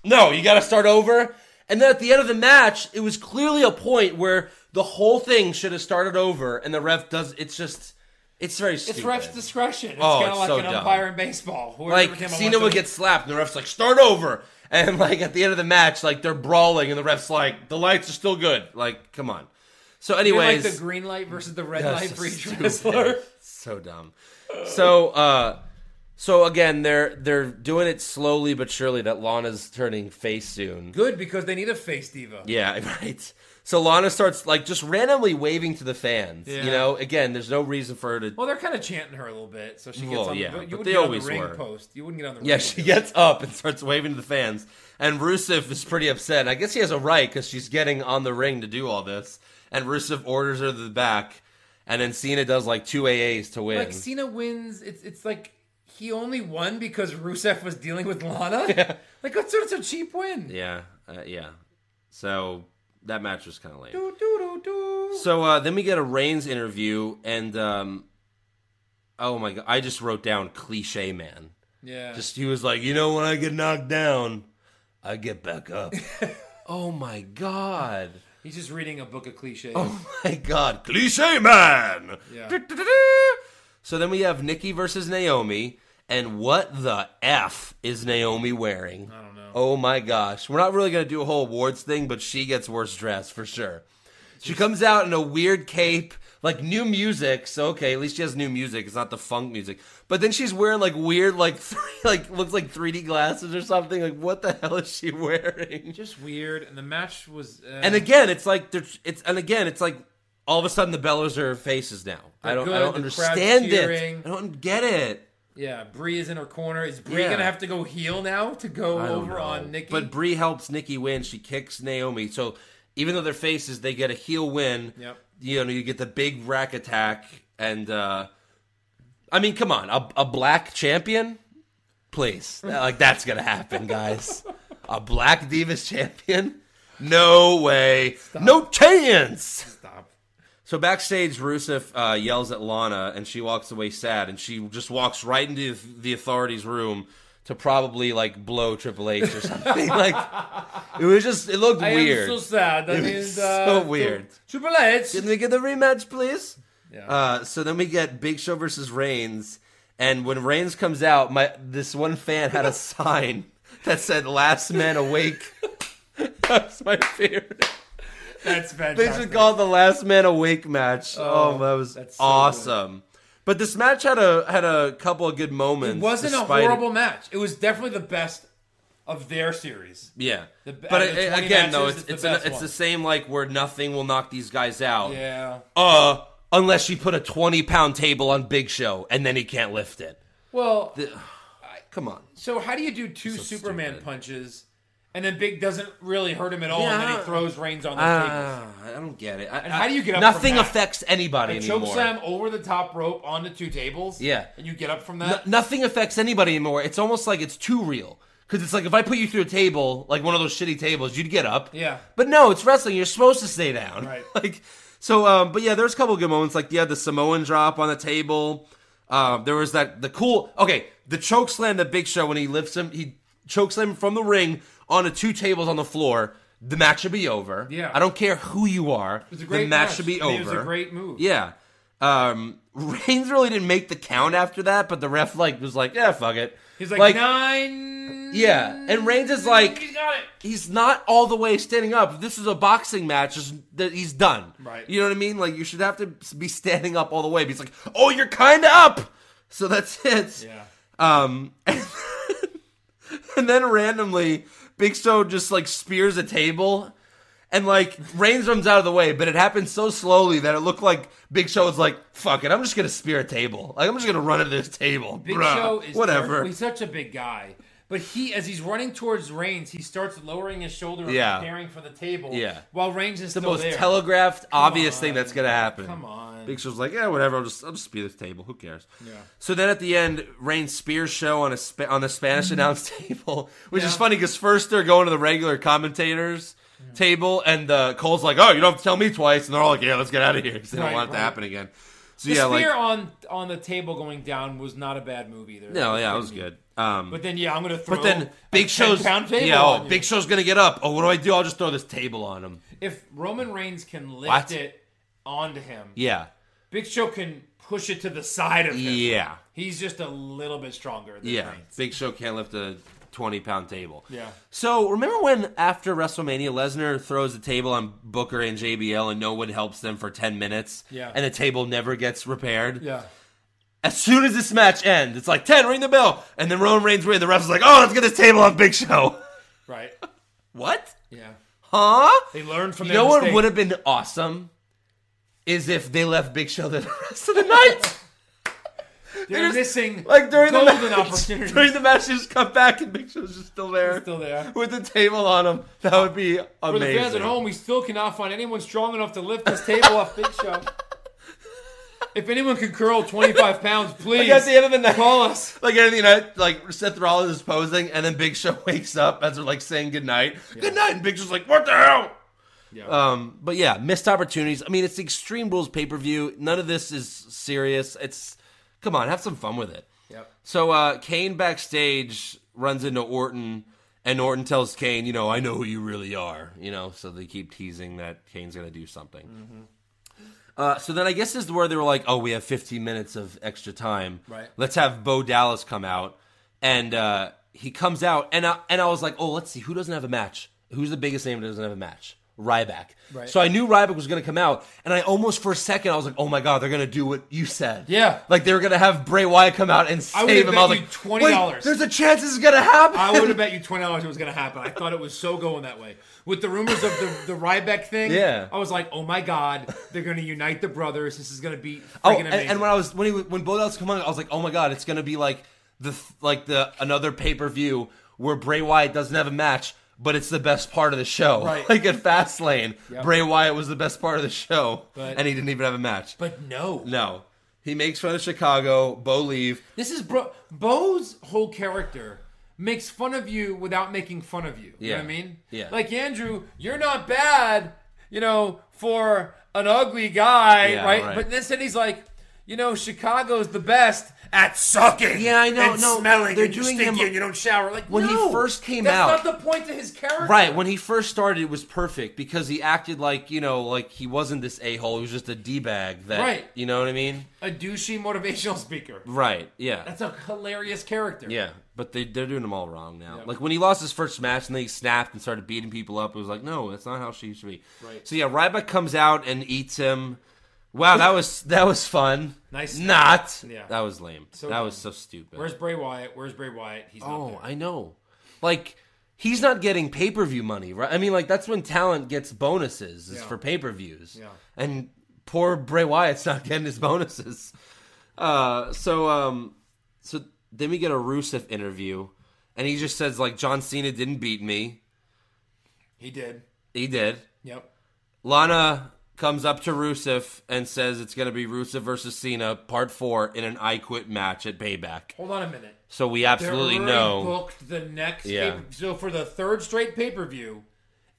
[SPEAKER 1] no, you got to start over. And then at the end of the match, it was clearly a point where the whole thing should have started over, and the ref does. It's just, it's very stupid.
[SPEAKER 4] it's ref's discretion. It's
[SPEAKER 1] Oh,
[SPEAKER 4] kind of
[SPEAKER 1] it's
[SPEAKER 4] like
[SPEAKER 1] so
[SPEAKER 4] an
[SPEAKER 1] dumb.
[SPEAKER 4] umpire in baseball. Whoever
[SPEAKER 1] like
[SPEAKER 4] came up
[SPEAKER 1] Cena
[SPEAKER 4] with
[SPEAKER 1] would
[SPEAKER 4] the-
[SPEAKER 1] get slapped, and the ref's like, start over. And like at the end of the match, like they're brawling, and the ref's like, the lights are still good. Like, come on. So,
[SPEAKER 4] They're
[SPEAKER 1] anyways,
[SPEAKER 4] like the green light versus the red
[SPEAKER 1] That's
[SPEAKER 4] light
[SPEAKER 1] so
[SPEAKER 4] for each
[SPEAKER 1] stupid.
[SPEAKER 4] wrestler.
[SPEAKER 1] So dumb. So uh so again they're they're doing it slowly but surely that Lana's turning face soon.
[SPEAKER 4] Good because they need a face diva.
[SPEAKER 1] Yeah, right. So Lana starts like just randomly waving to the fans.
[SPEAKER 4] Yeah.
[SPEAKER 1] You know, again, there's no reason for her to
[SPEAKER 4] Well, they're kind of chanting her a little bit, so she gets
[SPEAKER 1] Well,
[SPEAKER 4] on
[SPEAKER 1] yeah,
[SPEAKER 4] the. You
[SPEAKER 1] but
[SPEAKER 4] would
[SPEAKER 1] they
[SPEAKER 4] get on
[SPEAKER 1] always
[SPEAKER 4] the ring
[SPEAKER 1] were.
[SPEAKER 4] post. You wouldn't get on the
[SPEAKER 1] Yeah,
[SPEAKER 4] ring.
[SPEAKER 1] she
[SPEAKER 4] post.
[SPEAKER 1] gets up and starts waving to the fans. And Rusev is pretty upset. I guess he has a right because she's getting on the ring to do all this. And Rusev orders her to the back. And then Cena does like two AAs to win.
[SPEAKER 4] Like Cena wins. It's it's like he only won because Rusev was dealing with Lana. Like that's such a cheap win.
[SPEAKER 1] Yeah, uh, yeah. So that match was kind of lame.
[SPEAKER 4] Do, do, do, do.
[SPEAKER 1] So uh, then we get a Reigns interview, and um, oh my god, I just wrote down cliche man.
[SPEAKER 4] Yeah.
[SPEAKER 1] Just he was like, you know, when I get knocked down, I get back up. oh my god.
[SPEAKER 4] He's just reading a book of cliches.
[SPEAKER 1] Oh my god, cliche man.
[SPEAKER 4] Yeah.
[SPEAKER 1] Du-du-du-du. So then we have Nikki versus Naomi, and what the f is Naomi wearing? I don't know. Oh my gosh, we're not really gonna do a whole awards thing, but she gets worse dressed for sure. She comes out in a weird cape, like new music. So okay, at least she has new music. It's not the funk music. But then she's wearing like weird, like three, like looks like 3D glasses or something. Like what the hell is she wearing?
[SPEAKER 4] Just weird. And the match was. Uh,
[SPEAKER 1] And again, it's like they're it's and again, it's like all of a sudden the Bellas are faces now. I
[SPEAKER 4] They're
[SPEAKER 1] don't I don't
[SPEAKER 4] good, the crowd's
[SPEAKER 1] understand it.
[SPEAKER 4] cheering.
[SPEAKER 1] I don't get it.
[SPEAKER 4] yeah, Brie is in her corner. Is Brie
[SPEAKER 1] Yeah.
[SPEAKER 4] gonna have to go heel now to go
[SPEAKER 1] I don't
[SPEAKER 4] over
[SPEAKER 1] know.
[SPEAKER 4] on Nikki?
[SPEAKER 1] But Brie helps Nikki win. She kicks Naomi. So even though they're faces, they get a heel win.
[SPEAKER 4] Yep.
[SPEAKER 1] You know, you get the big rack attack and uh I mean, come on, a, a black champion? Please. like that's gonna happen, guys. a black Divas champion? No way. No chance.
[SPEAKER 4] stop.
[SPEAKER 1] So backstage, Rusev uh, yells at Lana, and she walks away sad, and she just walks right into the authorities' room to probably like blow Triple H or something. like it was just it looked
[SPEAKER 4] I
[SPEAKER 1] weird.
[SPEAKER 4] am so sad. That
[SPEAKER 1] It was
[SPEAKER 4] means,
[SPEAKER 1] so
[SPEAKER 4] uh,
[SPEAKER 1] weird.
[SPEAKER 4] Triple H.
[SPEAKER 1] Can we get the rematch, please?
[SPEAKER 4] Yeah.
[SPEAKER 1] Uh, so then we get Big Show versus Reigns, and when Reigns comes out, my this one fan had a sign that said "Last Man Awake." That's my favorite.
[SPEAKER 4] That's
[SPEAKER 1] They
[SPEAKER 4] fantastic.
[SPEAKER 1] should call it the last man awake match. Oh, that was
[SPEAKER 4] that's so
[SPEAKER 1] awesome. But this match had a had a couple of good moments.
[SPEAKER 4] It wasn't a
[SPEAKER 1] despite it-
[SPEAKER 4] horrible match. It was definitely the best of their series.
[SPEAKER 1] Yeah,
[SPEAKER 4] The-
[SPEAKER 1] but
[SPEAKER 4] out of the
[SPEAKER 1] it-
[SPEAKER 4] 20
[SPEAKER 1] again, though,
[SPEAKER 4] matches,
[SPEAKER 1] it's
[SPEAKER 4] it's
[SPEAKER 1] it's,
[SPEAKER 4] the
[SPEAKER 1] an-
[SPEAKER 4] best
[SPEAKER 1] it's
[SPEAKER 4] one.
[SPEAKER 1] the same like where nothing will knock these guys out.
[SPEAKER 4] Yeah.
[SPEAKER 1] Uh, unless you put a twenty pound table on Big Show and then he can't lift it.
[SPEAKER 4] Well,
[SPEAKER 1] Come on.
[SPEAKER 4] so how do you do two Superman
[SPEAKER 1] stupid.
[SPEAKER 4] punches and then Big doesn't really hurt him at all and then
[SPEAKER 1] Yeah.
[SPEAKER 4] he throws Reigns on the table?
[SPEAKER 1] Ah, I don't get it. I,
[SPEAKER 4] And how do you get up from
[SPEAKER 1] Nothing
[SPEAKER 4] that?
[SPEAKER 1] affects anybody
[SPEAKER 4] Choke
[SPEAKER 1] anymore.
[SPEAKER 4] slam over the top rope onto two tables.
[SPEAKER 1] Yeah.
[SPEAKER 4] And you get up from
[SPEAKER 1] No-
[SPEAKER 4] that.
[SPEAKER 1] nothing affects anybody anymore. It's almost like it's too real. Because it's like if I put you through a table, like one of those shitty tables, you'd get up.
[SPEAKER 4] Yeah.
[SPEAKER 1] But no, it's wrestling. You're supposed to stay down.
[SPEAKER 4] Right.
[SPEAKER 1] Like, so, um, but yeah, there's a couple good moments. Like, yeah, the Samoan drop on the table. Um, there was that, the cool, okay, the choke slam that Big Show, when he lifts him, he chokes him from the ring onto two tables on the floor. The match should be over.
[SPEAKER 4] Yeah.
[SPEAKER 1] I don't care who you are. It
[SPEAKER 4] was a great
[SPEAKER 1] the match,
[SPEAKER 4] match.
[SPEAKER 1] should be
[SPEAKER 4] I
[SPEAKER 1] over.
[SPEAKER 4] mean, it was a great move.
[SPEAKER 1] Yeah. Um, Reigns really didn't make the count after that, but the ref like was like, yeah, fuck it.
[SPEAKER 4] He's like, nine.
[SPEAKER 1] yeah. And Reigns is like,
[SPEAKER 4] He's got it.
[SPEAKER 1] he's not all the way standing up. This is a boxing match. Just that he's done.
[SPEAKER 4] Right.
[SPEAKER 1] You know what I mean? Like you should have to be standing up all the way. But he's like, oh, you're kind of up. So that's it.
[SPEAKER 4] Yeah.
[SPEAKER 1] Um, and, and then randomly, Big Show just like spears a table, and like Reigns runs out of the way. But it happened so slowly that it looked like Big Show was like, "Fuck it, I'm just gonna spear a table. Like I'm just gonna run at this table,
[SPEAKER 4] Big
[SPEAKER 1] bruh.
[SPEAKER 4] Show is
[SPEAKER 1] whatever."
[SPEAKER 4] terrible. He's such a big guy. But he, as he's running towards Reigns, he starts lowering his shoulder and
[SPEAKER 1] Yeah.
[SPEAKER 4] preparing for the table.
[SPEAKER 1] Yeah.
[SPEAKER 4] While Reigns is
[SPEAKER 1] It's the
[SPEAKER 4] still
[SPEAKER 1] most
[SPEAKER 4] there.
[SPEAKER 1] telegraphed, obvious thing that's gonna happen.
[SPEAKER 4] Come on.
[SPEAKER 1] Big Show's like, yeah, whatever. I'll just I'll just spear this table. Who cares?
[SPEAKER 4] Yeah.
[SPEAKER 1] So then at the end, Reigns spears show on a spa- on the Spanish announce table, which is
[SPEAKER 4] Mm-hmm. Yeah.
[SPEAKER 1] funny because first they're going to the regular commentators table, and uh, Cole's like, oh, you don't have to tell me twice, and they're all like, yeah, let's get out of here because they
[SPEAKER 4] Right,
[SPEAKER 1] don't want it
[SPEAKER 4] right.
[SPEAKER 1] to happen again. So
[SPEAKER 4] the
[SPEAKER 1] yeah,
[SPEAKER 4] spear
[SPEAKER 1] like,
[SPEAKER 4] on on the table going down was not a bad move either.
[SPEAKER 1] no, yeah, it was good. Um,
[SPEAKER 4] But then, yeah, I'm gonna throw.
[SPEAKER 1] but then
[SPEAKER 4] a
[SPEAKER 1] Big Show's
[SPEAKER 4] 10-pound table
[SPEAKER 1] yeah,
[SPEAKER 4] on
[SPEAKER 1] oh,
[SPEAKER 4] you.
[SPEAKER 1] Big Show's gonna get up. Oh, what do I do? I'll just throw this table on him.
[SPEAKER 4] If Roman Reigns can lift
[SPEAKER 1] What?
[SPEAKER 4] it onto him,
[SPEAKER 1] Yeah,
[SPEAKER 4] Big Show can push it to the side of him.
[SPEAKER 1] yeah.
[SPEAKER 4] He's just a little bit stronger than
[SPEAKER 1] Yeah,
[SPEAKER 4] Reigns.
[SPEAKER 1] Big Show can't lift a 20 pound table.
[SPEAKER 4] Yeah.
[SPEAKER 1] So remember when after WrestleMania, Lesnar throws the table on Booker and JBL and no one helps them for 10 minutes?
[SPEAKER 4] Yeah.
[SPEAKER 1] And the table never gets repaired?
[SPEAKER 4] Yeah.
[SPEAKER 1] As soon as this match ends, it's like 10, ring the bell. And then Roman Reigns wins. The ref's like, oh, let's get this table on Big Show.
[SPEAKER 4] Right.
[SPEAKER 1] what?
[SPEAKER 4] Yeah.
[SPEAKER 1] Huh?
[SPEAKER 4] They learned from
[SPEAKER 1] You
[SPEAKER 4] their
[SPEAKER 1] know what
[SPEAKER 4] mistakes.
[SPEAKER 1] would have been awesome? Is if they left Big Show the rest of the night.
[SPEAKER 4] They're
[SPEAKER 1] There's-
[SPEAKER 4] missing
[SPEAKER 1] Like during the
[SPEAKER 4] golden
[SPEAKER 1] match,
[SPEAKER 4] opportunities.
[SPEAKER 1] during the match, they just come back and Big Show's just still there,
[SPEAKER 4] He's still there.
[SPEAKER 1] with the table on him. That would be
[SPEAKER 4] For
[SPEAKER 1] amazing.
[SPEAKER 4] the fans at home, we still cannot find anyone strong enough to lift this table off Big Show. If anyone can curl 25 pounds, please
[SPEAKER 1] Like at the end of the night,
[SPEAKER 4] call us.
[SPEAKER 1] like at the end of the night, like Seth Rollins is posing, and then Big Show wakes up as they're like saying goodnight, good night, and Big Show's like, "What the hell?"
[SPEAKER 4] Yeah.
[SPEAKER 1] Um, but yeah, missed opportunities. I mean, it's the Extreme Rules pay per view. None of this is serious. It's come on, have some fun with it.
[SPEAKER 4] Yep.
[SPEAKER 1] So uh, Kane backstage runs into Orton, and Orton tells Kane, "You know, I know who you really are." You know, so they keep teasing that Kane's gonna do something.
[SPEAKER 4] Mm-hmm.
[SPEAKER 1] Uh, so then I guess this is where they were like, "Oh, we have 15 minutes of extra time.
[SPEAKER 4] Right.
[SPEAKER 1] Let's have Bo Dallas come out." And uh, he comes out, and I, and I was like, "Oh, let's see who doesn't have a match. Who's the biggest name that doesn't have a match?" Ryback.
[SPEAKER 4] Right.
[SPEAKER 1] So I knew Ryback was going to come out, and I almost for a second I was like, "Oh my god, they're going to do what you said."
[SPEAKER 4] Yeah.
[SPEAKER 1] Like they were going to have Bray Wyatt come out and
[SPEAKER 4] I
[SPEAKER 1] save
[SPEAKER 4] would've
[SPEAKER 1] him.
[SPEAKER 4] bet
[SPEAKER 1] I was
[SPEAKER 4] you
[SPEAKER 1] like,
[SPEAKER 4] $20.
[SPEAKER 1] "Wait, there's a chance this is going to happen."
[SPEAKER 4] I would have bet you twenty dollars it was going to happen. I thought it was so going that way. With the rumors of the, the Ryback thing,
[SPEAKER 1] Yeah.
[SPEAKER 4] I was like, oh my god, they're going to unite the brothers. This is going to be freaking
[SPEAKER 1] Oh, and,
[SPEAKER 4] amazing.
[SPEAKER 1] and when I was when he when Bo Dallas come on, I was like, oh my god, it's gonna be like the th- like the another pay per view where Bray Wyatt doesn't have a match, but it's the best part of the show.
[SPEAKER 4] Right.
[SPEAKER 1] Like at Fastlane,
[SPEAKER 4] Yep.
[SPEAKER 1] Bray Wyatt was the best part of the show,
[SPEAKER 4] But-
[SPEAKER 1] and he didn't even have a match.
[SPEAKER 4] but no,
[SPEAKER 1] no, he makes fun of Chicago. Bo leave.
[SPEAKER 4] This is bro. Bo's whole character makes fun of you without making fun of you. You know
[SPEAKER 1] Yeah.
[SPEAKER 4] what I mean?
[SPEAKER 1] Yeah.
[SPEAKER 4] Like Andrew, you're not bad, you know, for an ugly guy,
[SPEAKER 1] Yeah,
[SPEAKER 4] right?
[SPEAKER 1] right.
[SPEAKER 4] But instead he's like, you know, Chicago's the best at sucking.
[SPEAKER 1] Yeah, I know,
[SPEAKER 4] And
[SPEAKER 1] no,
[SPEAKER 4] smelling.
[SPEAKER 1] they're
[SPEAKER 4] and you're
[SPEAKER 1] doing
[SPEAKER 4] stinky
[SPEAKER 1] him-
[SPEAKER 4] and you don't shower. Like
[SPEAKER 1] When he
[SPEAKER 4] no,
[SPEAKER 1] first came
[SPEAKER 4] that's
[SPEAKER 1] out-
[SPEAKER 4] not the point of his character.
[SPEAKER 1] Right when he first started, it was perfect because he acted like you know, like he wasn't this a hole. He was just a d bag. That
[SPEAKER 4] Right.
[SPEAKER 1] you know what I mean?
[SPEAKER 4] A douchey motivational speaker.
[SPEAKER 1] Right. Yeah.
[SPEAKER 4] That's a hilarious character.
[SPEAKER 1] Yeah, but they they're doing them all wrong now. Like when he lost his first match and then he snapped and started beating people up, it was like, no, that's not how she used to be.
[SPEAKER 4] Right.
[SPEAKER 1] So yeah, Ryback comes out and eats him. Wow, that was that was fun.
[SPEAKER 4] Nice.
[SPEAKER 1] Not.
[SPEAKER 4] Yeah.
[SPEAKER 1] That was lame.
[SPEAKER 4] So
[SPEAKER 1] that was so
[SPEAKER 4] dumb.
[SPEAKER 1] stupid.
[SPEAKER 4] Where's Bray Wyatt? Where's Bray Wyatt? He's not
[SPEAKER 1] oh,
[SPEAKER 4] there.
[SPEAKER 1] I know. Like he's not getting pay per view money, right? I mean, like that's when talent gets bonuses is
[SPEAKER 4] Yeah.
[SPEAKER 1] for pay per views.
[SPEAKER 4] Yeah.
[SPEAKER 1] And poor Bray Wyatt's not getting his bonuses. Uh, so um, so then we get a Rusev interview, and he just says like John Cena didn't beat me.
[SPEAKER 4] he did.
[SPEAKER 1] He did.
[SPEAKER 4] Yep.
[SPEAKER 1] Lana comes up to Rusev and says it's going to be Rusev versus Cena part four in an I Quit match at Payback.
[SPEAKER 4] Hold on a minute.
[SPEAKER 1] So we
[SPEAKER 4] They're
[SPEAKER 1] absolutely
[SPEAKER 4] already
[SPEAKER 1] know.
[SPEAKER 4] Booked the next.
[SPEAKER 1] Yeah.
[SPEAKER 4] pay- so for the third straight pay per view,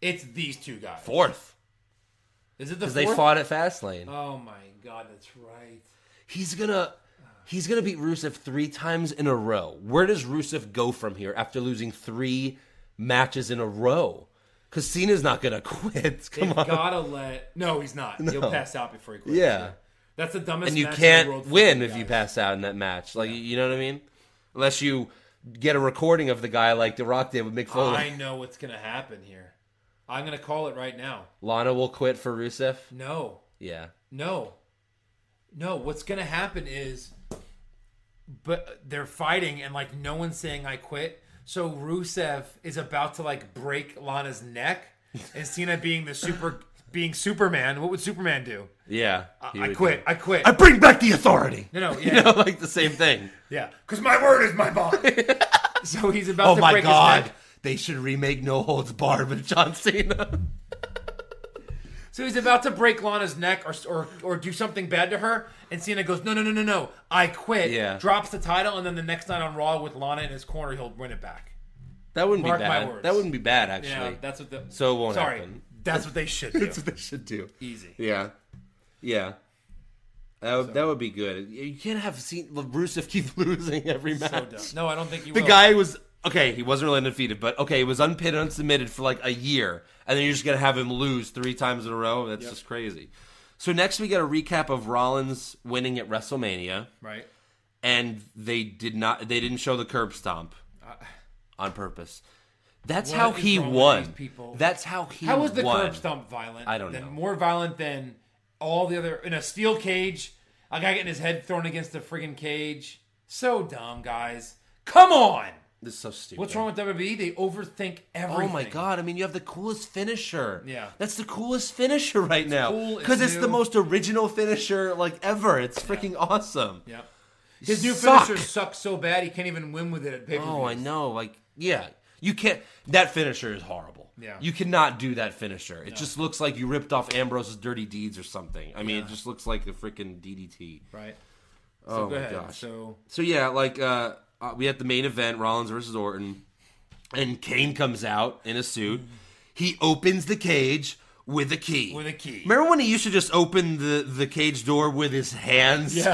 [SPEAKER 4] it's these two guys.
[SPEAKER 1] Fourth,
[SPEAKER 4] Is it the
[SPEAKER 1] because
[SPEAKER 4] fourth?
[SPEAKER 1] they fought at Fastlane.
[SPEAKER 4] Oh my god, that's right.
[SPEAKER 1] he's gonna he's gonna beat Rusev three times in a row. Where does Rusev go from here after losing three matches in a row? because Cena's not gonna quit. Come
[SPEAKER 4] They've
[SPEAKER 1] on,
[SPEAKER 4] gotta let. No, he's not. He'll pass out before he quits.
[SPEAKER 1] Yeah.
[SPEAKER 4] that's the dumbest.
[SPEAKER 1] and you
[SPEAKER 4] match in the world
[SPEAKER 1] can't
[SPEAKER 4] for
[SPEAKER 1] win
[SPEAKER 4] the
[SPEAKER 1] if you
[SPEAKER 4] guys.
[SPEAKER 1] pass out in that match. Like you know what I mean? Unless you get a recording of the guy like The Rock did with Mick Foley.
[SPEAKER 4] I know what's gonna happen here. I'm gonna call it right now.
[SPEAKER 1] Lana will quit for Rusev.
[SPEAKER 4] No,
[SPEAKER 1] Yeah,
[SPEAKER 4] no, no. What's gonna happen is, but they're fighting and like no one's saying I quit. So Rusev is about to like break Lana's neck, and Cena being the super being Superman. What would Superman do?
[SPEAKER 1] yeah. he
[SPEAKER 4] I
[SPEAKER 1] would
[SPEAKER 4] quit.
[SPEAKER 1] do.
[SPEAKER 4] I quit.
[SPEAKER 1] I bring back the authority.
[SPEAKER 4] no, no, yeah,
[SPEAKER 1] You know, like the same thing.
[SPEAKER 4] yeah. Because my word is my bond. so he's about
[SPEAKER 1] Oh
[SPEAKER 4] to
[SPEAKER 1] my
[SPEAKER 4] break his
[SPEAKER 1] god.
[SPEAKER 4] neck.
[SPEAKER 1] They should remake No Holds Barred with John Cena.
[SPEAKER 4] So he's about to break Lana's neck or, or or do something bad to her, and Cena goes, "No, no, no, no, no! I quit."
[SPEAKER 1] Yeah.
[SPEAKER 4] Drops the title, and then the next night on Raw with Lana in his corner, he'll win it back.
[SPEAKER 1] That wouldn't
[SPEAKER 4] Mark
[SPEAKER 1] be
[SPEAKER 4] my
[SPEAKER 1] bad.
[SPEAKER 4] words.
[SPEAKER 1] That wouldn't be bad actually.
[SPEAKER 4] Yeah, that's what the.
[SPEAKER 1] So it won't
[SPEAKER 4] sorry,
[SPEAKER 1] happen.
[SPEAKER 4] that's what they should do.
[SPEAKER 1] That's what they should do.
[SPEAKER 4] Easy.
[SPEAKER 1] Yeah, yeah. That would, that would be good. You can't have seen Rusev keep losing every match.
[SPEAKER 4] So dumb. No, I don't think you
[SPEAKER 1] the
[SPEAKER 4] will.
[SPEAKER 1] guy was okay. He wasn't really undefeated, but okay, he was unpinned, unsubmitted for like a year, and then you're just gonna have him lose three times in a row. That's just crazy. So next we get a recap of Rollins winning at WrestleMania,
[SPEAKER 4] right.
[SPEAKER 1] and they did not. They didn't show the curb stomp on purpose. That's
[SPEAKER 4] Uh, What
[SPEAKER 1] how
[SPEAKER 4] is
[SPEAKER 1] he
[SPEAKER 4] wrong with
[SPEAKER 1] won.
[SPEAKER 4] these people?
[SPEAKER 1] That's how he.
[SPEAKER 4] How was the
[SPEAKER 1] won.
[SPEAKER 4] curb stomp violent?
[SPEAKER 1] I don't
[SPEAKER 4] Than-
[SPEAKER 1] know.
[SPEAKER 4] More violent than all the other in a steel cage. A guy getting his head thrown against the friggin' cage. So dumb, guys. Come on.
[SPEAKER 1] This is so stupid.
[SPEAKER 4] What's wrong with WWE? They overthink
[SPEAKER 1] Oh
[SPEAKER 4] everything.
[SPEAKER 1] my god! I mean, you have the coolest finisher.
[SPEAKER 4] Yeah.
[SPEAKER 1] that's the coolest finisher right now
[SPEAKER 4] cool, it's
[SPEAKER 1] because it's, the
[SPEAKER 4] new.
[SPEAKER 1] most original finisher like ever. It's freaking awesome.
[SPEAKER 4] Yep. His new
[SPEAKER 1] Suck.
[SPEAKER 4] finisher sucks so bad he can't even win with it at pay per
[SPEAKER 1] Oh, I know. Like, yeah, you can't. That finisher is horrible.
[SPEAKER 4] Yeah.
[SPEAKER 1] you cannot do that finisher. It just looks like you ripped off Ambrose's dirty deeds or something. I mean, it just looks like a freaking DDT.
[SPEAKER 4] Right.
[SPEAKER 1] oh
[SPEAKER 4] Go
[SPEAKER 1] my
[SPEAKER 4] ahead.
[SPEAKER 1] gosh.
[SPEAKER 4] So
[SPEAKER 1] So yeah, like uh, uh, we had the main event, Rollins versus Orton, and Kane comes out in a suit. He opens the cage with a key.
[SPEAKER 4] With a key.
[SPEAKER 1] Remember when he used to just open the the cage door with his hands?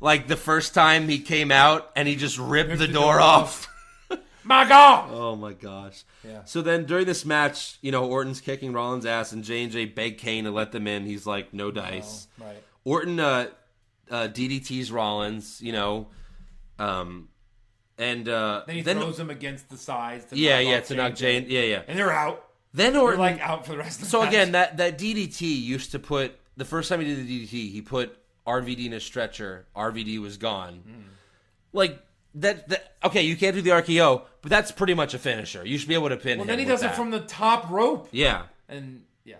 [SPEAKER 1] Like the first time he came out and he just ripped, the,
[SPEAKER 4] the
[SPEAKER 1] door,
[SPEAKER 4] door
[SPEAKER 1] off.
[SPEAKER 4] My God.
[SPEAKER 1] Oh my gosh.
[SPEAKER 4] Yeah.
[SPEAKER 1] So then during this match, you know, Orton's kicking Rollins' ass and J&J begged Kane to let them in. He's like, no dice.
[SPEAKER 4] Right.
[SPEAKER 1] Orton uh, uh, DDT's Rollins, you know, um, and uh,
[SPEAKER 4] Then he throws him against the sides. To
[SPEAKER 1] yeah,
[SPEAKER 4] knock
[SPEAKER 1] yeah,
[SPEAKER 4] off
[SPEAKER 1] to knock
[SPEAKER 4] J&J.
[SPEAKER 1] Jane, yeah, yeah.
[SPEAKER 4] And they're out.
[SPEAKER 1] Then
[SPEAKER 4] They're
[SPEAKER 1] Orton,
[SPEAKER 4] like out for the rest of the
[SPEAKER 1] so
[SPEAKER 4] match.
[SPEAKER 1] again, that that DDT used to put the first time he did the DDT, he put RVD in a stretcher. RVD was gone.
[SPEAKER 4] Hmm.
[SPEAKER 1] Like that, that. Okay, you can't do the RKO, but that's pretty much a finisher. You should be able to pin.
[SPEAKER 4] Well,
[SPEAKER 1] him
[SPEAKER 4] then he
[SPEAKER 1] with
[SPEAKER 4] does it
[SPEAKER 1] that.
[SPEAKER 4] from the top rope.
[SPEAKER 1] yeah.
[SPEAKER 4] And yeah,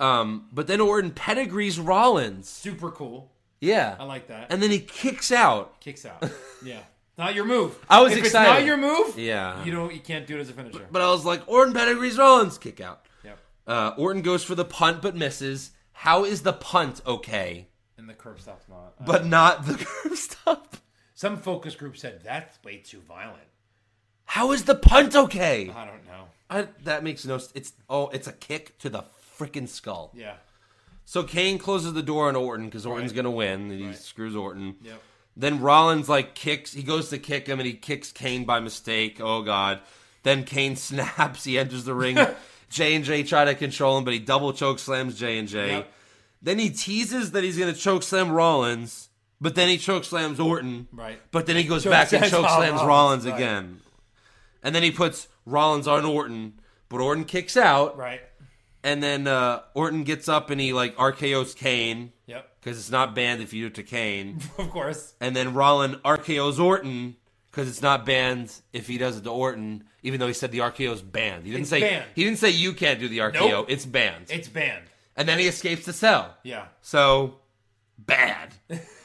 [SPEAKER 1] Um, but then Orton pedigrees Rollins.
[SPEAKER 4] super cool.
[SPEAKER 1] Yeah,
[SPEAKER 4] I like that.
[SPEAKER 1] And then he kicks out.
[SPEAKER 4] Kicks out. yeah. Not your move.
[SPEAKER 1] I was
[SPEAKER 4] if
[SPEAKER 1] excited.
[SPEAKER 4] It's not your move.
[SPEAKER 1] Yeah.
[SPEAKER 4] You don't. You can't do it as a finisher.
[SPEAKER 1] But I was like, Orton pedigrees Rollins kick out.
[SPEAKER 4] yep.
[SPEAKER 1] Uh, Orton goes for the punt but misses. How is the punt okay,
[SPEAKER 4] And the curb stop's not. I-
[SPEAKER 1] but not the curb stop?
[SPEAKER 4] Some focus group said that's way too violent.
[SPEAKER 1] How is the punt okay?
[SPEAKER 4] I don't know.
[SPEAKER 1] I, that makes no. s- It's oh, it's a kick to the freaking skull.
[SPEAKER 4] Yeah.
[SPEAKER 1] So Kane closes the door on Orton because Orton's
[SPEAKER 4] Right.
[SPEAKER 1] gonna win, and he screws Orton.
[SPEAKER 4] Yep.
[SPEAKER 1] Then Rollins like kicks. He goes to kick him, and he kicks Kane by mistake. Oh God! Then Kane snaps. He enters the ring. J and J try to control him, but he double choke slams J and J.
[SPEAKER 4] Yep.
[SPEAKER 1] Then he teases that he's gonna choke slam Rollins, but then he choke slams Orton.
[SPEAKER 4] Right.
[SPEAKER 1] But then he goes
[SPEAKER 4] Choke
[SPEAKER 1] back and
[SPEAKER 4] slams
[SPEAKER 1] choke slams
[SPEAKER 4] Rollins,
[SPEAKER 1] Rollins
[SPEAKER 4] right.
[SPEAKER 1] again. And then he puts Rollins on Orton, but Orton kicks out.
[SPEAKER 4] Right.
[SPEAKER 1] And then uh, Orton gets up and he like RKO's Kane
[SPEAKER 4] Yep.
[SPEAKER 1] because it's not banned if you do it to Kane
[SPEAKER 4] Of course.
[SPEAKER 1] and then Rollin RKO's Orton because it's not banned if he does it to Orton, even though he said the RKO's banned. He didn't
[SPEAKER 4] It's
[SPEAKER 1] say
[SPEAKER 4] banned.
[SPEAKER 1] he didn't say you can't do the RKO.
[SPEAKER 4] Nope.
[SPEAKER 1] It's banned.
[SPEAKER 4] It's banned.
[SPEAKER 1] and then he escapes the cell.
[SPEAKER 4] Yeah.
[SPEAKER 1] So bad.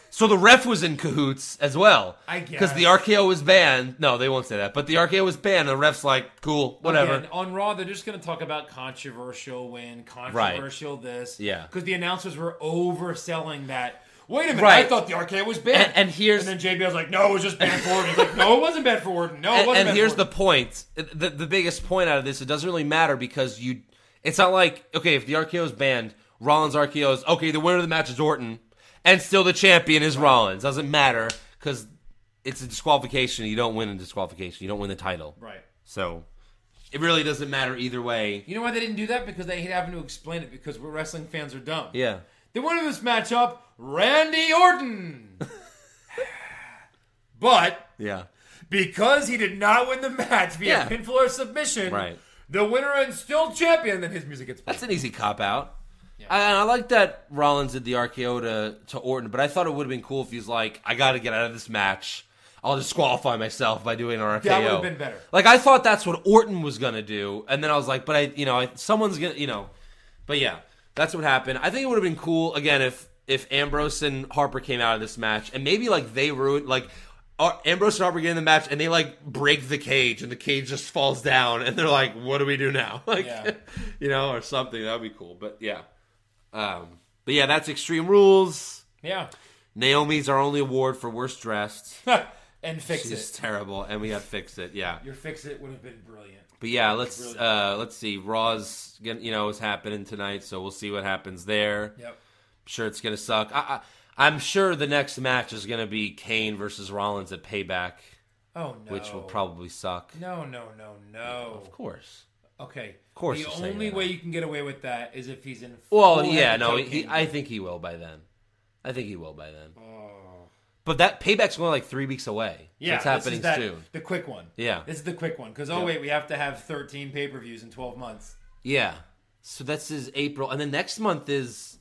[SPEAKER 1] so the ref was in cahoots as well.
[SPEAKER 4] I
[SPEAKER 1] because the
[SPEAKER 4] guess.
[SPEAKER 1] RKO was banned. No, they won't say that. But the RKO was banned. And the ref's like, cool, whatever.
[SPEAKER 4] Again, on Raw, they're just going to talk about controversial win, controversial this.
[SPEAKER 1] Yeah.
[SPEAKER 4] Because the announcers were overselling that. Wait a minute.
[SPEAKER 1] Right.
[SPEAKER 4] I thought the arcade was banned.
[SPEAKER 1] And- and here's-
[SPEAKER 4] And then JBL's like, no, it was just banned for Orton. He's like, no, it wasn't banned for Orton. No, it
[SPEAKER 1] and,
[SPEAKER 4] wasn't
[SPEAKER 1] and
[SPEAKER 4] banned
[SPEAKER 1] here's
[SPEAKER 4] for
[SPEAKER 1] the point the, the biggest point out of this it doesn't really matter because you it's not like okay if the rko is banned rollins rko is okay the winner of the match is orton and still the champion is rollins doesn't matter because it's a disqualification you don't win in disqualification you don't win the title
[SPEAKER 4] Right.
[SPEAKER 1] so It really doesn't matter either way.
[SPEAKER 4] You know why they didn't do that? Because they hate having to explain it because we're wrestling fans are dumb.
[SPEAKER 1] Yeah.
[SPEAKER 4] They wanted this matchup, Randy Orton. but
[SPEAKER 1] Yeah.
[SPEAKER 4] because he did not win the match via
[SPEAKER 1] Yeah.
[SPEAKER 4] pinfall or submission,
[SPEAKER 1] Right.
[SPEAKER 4] the winner and still champion, then his music gets played.
[SPEAKER 1] That's an easy cop out. I, I like that Rollins did the RKO to, to Orton, but I thought it would have been cool if he's like, I got to get out of this match. I'll disqualify myself by doing an RKO.
[SPEAKER 4] would've been better.
[SPEAKER 1] Like I thought that's what Orton was gonna do, and then I was like, but I, you know, I, someone's gonna, you know, but yeah, that's what happened. I think it would have been cool again if if Ambrose and Harper came out of this match, and maybe like they ruined like. Ar- Ambrose and Harper get in the match, and they like break the cage, and the cage just falls down, and they're like, "What do we do now?" Like,
[SPEAKER 4] Yeah.
[SPEAKER 1] you know, or something. That'd be cool. But yeah, um, but yeah, that's Extreme Rules.
[SPEAKER 4] yeah.
[SPEAKER 1] Naomi's our only award for worst dressed.
[SPEAKER 4] and fix
[SPEAKER 1] She's
[SPEAKER 4] it.
[SPEAKER 1] terrible, and we got to fix it. Yeah,
[SPEAKER 4] Your fix it would have been brilliant.
[SPEAKER 1] but yeah, let's uh, let's see. Raw's gonna- you know is happening tonight, so we'll see what happens there.
[SPEAKER 4] Yep.
[SPEAKER 1] Sure, it's gonna suck. I, I I'm sure the next match is gonna be Kane versus Rollins at Payback,
[SPEAKER 4] Oh no.
[SPEAKER 1] which will probably suck.
[SPEAKER 4] No, no, no, no.
[SPEAKER 1] Of course.
[SPEAKER 4] Okay. Of
[SPEAKER 1] course
[SPEAKER 4] The
[SPEAKER 1] you're saying
[SPEAKER 4] only
[SPEAKER 1] that.
[SPEAKER 4] way you can get away with that is if he's in.
[SPEAKER 1] Well,
[SPEAKER 4] full
[SPEAKER 1] yeah,
[SPEAKER 4] heavy
[SPEAKER 1] no,
[SPEAKER 4] cocaine.
[SPEAKER 1] he, I think he will by then. I think he will by then.
[SPEAKER 4] Uh,
[SPEAKER 1] But that payback's only like three weeks away. So
[SPEAKER 4] Yeah,
[SPEAKER 1] it's
[SPEAKER 4] this is
[SPEAKER 1] happening
[SPEAKER 4] that-
[SPEAKER 1] soon.
[SPEAKER 4] The quick one.
[SPEAKER 1] Yeah.
[SPEAKER 4] This is the quick one because oh wait, we have to have 13 pay per views in 12 months.
[SPEAKER 1] Yeah. So that's his April, and then next month is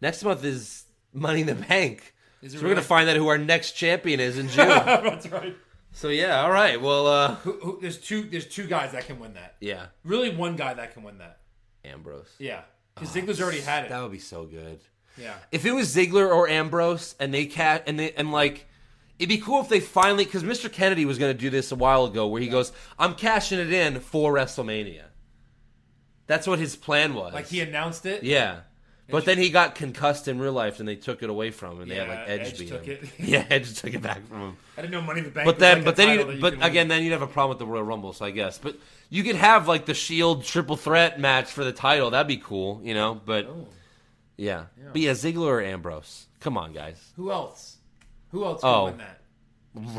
[SPEAKER 1] next month is Money in the Bank.
[SPEAKER 4] Is
[SPEAKER 1] so
[SPEAKER 4] it
[SPEAKER 1] we're gonna
[SPEAKER 4] really?
[SPEAKER 1] find out who our next champion is in June.
[SPEAKER 4] That's right.
[SPEAKER 1] so yeah, all right. Well, uh,
[SPEAKER 4] Who, who, there's two. There's two guys that can win that.
[SPEAKER 1] yeah,
[SPEAKER 4] Really, one guy that can win that.
[SPEAKER 1] Ambrose.
[SPEAKER 4] Yeah. Because Ziggler's already had
[SPEAKER 1] Oh, That
[SPEAKER 4] it.
[SPEAKER 1] would be so good.
[SPEAKER 4] Yeah.
[SPEAKER 1] If it was Ziggler or Ambrose, and they cat and they and like. It'd be cool if they finally, because Mr. Kennedy was going to do this a while ago, where he goes, "I'm cashing it in for WrestleMania." That's what his plan was.
[SPEAKER 4] Like he announced it.
[SPEAKER 1] Yeah. But then he got concussed in real life, and they took it away from him. And they had like
[SPEAKER 4] Yeah,
[SPEAKER 1] Edge,
[SPEAKER 4] Edge
[SPEAKER 1] beat
[SPEAKER 4] took
[SPEAKER 1] him.
[SPEAKER 4] it.
[SPEAKER 1] yeah, Edge took it back from him.
[SPEAKER 4] I didn't know Money in the Bank.
[SPEAKER 1] But
[SPEAKER 4] was
[SPEAKER 1] then,
[SPEAKER 4] like a
[SPEAKER 1] but then,
[SPEAKER 4] title that
[SPEAKER 1] you,
[SPEAKER 4] you
[SPEAKER 1] but
[SPEAKER 4] can win.
[SPEAKER 1] again, then you'd have a problem with the Royal Rumble, so I guess. But you could have like the Shield triple threat match for the title. That'd be cool, you know. But
[SPEAKER 4] Oh.
[SPEAKER 1] yeah. but yeah, Ziggler or Ambrose. Come on, guys.
[SPEAKER 4] Who else? Who else can
[SPEAKER 1] Oh.
[SPEAKER 4] win that?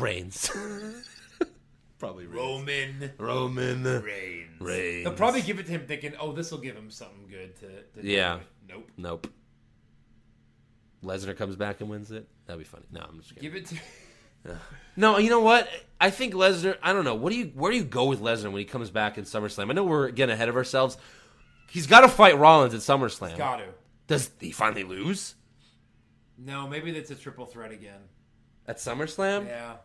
[SPEAKER 1] Reigns. Probably Reigns.
[SPEAKER 4] Roman
[SPEAKER 1] Roman
[SPEAKER 4] Reigns.
[SPEAKER 1] Reigns.
[SPEAKER 4] They'll probably give it to him thinking, oh, this will give him something good to. to
[SPEAKER 1] Yeah.
[SPEAKER 4] Do. Nope.
[SPEAKER 1] Nope. Lesnar comes back and wins it. That'd be funny. No, I'm just kidding.
[SPEAKER 4] Give it to.
[SPEAKER 1] No, you know what? I think Lesnar. I don't know. What do you? Where do you go with Lesnar when he comes back in SummerSlam? I know we're getting ahead of ourselves. He's got to fight Rollins at SummerSlam.
[SPEAKER 4] Got to.
[SPEAKER 1] Does he finally lose
[SPEAKER 4] No, maybe that's a triple threat again.
[SPEAKER 1] at SummerSlam?
[SPEAKER 4] Yeah.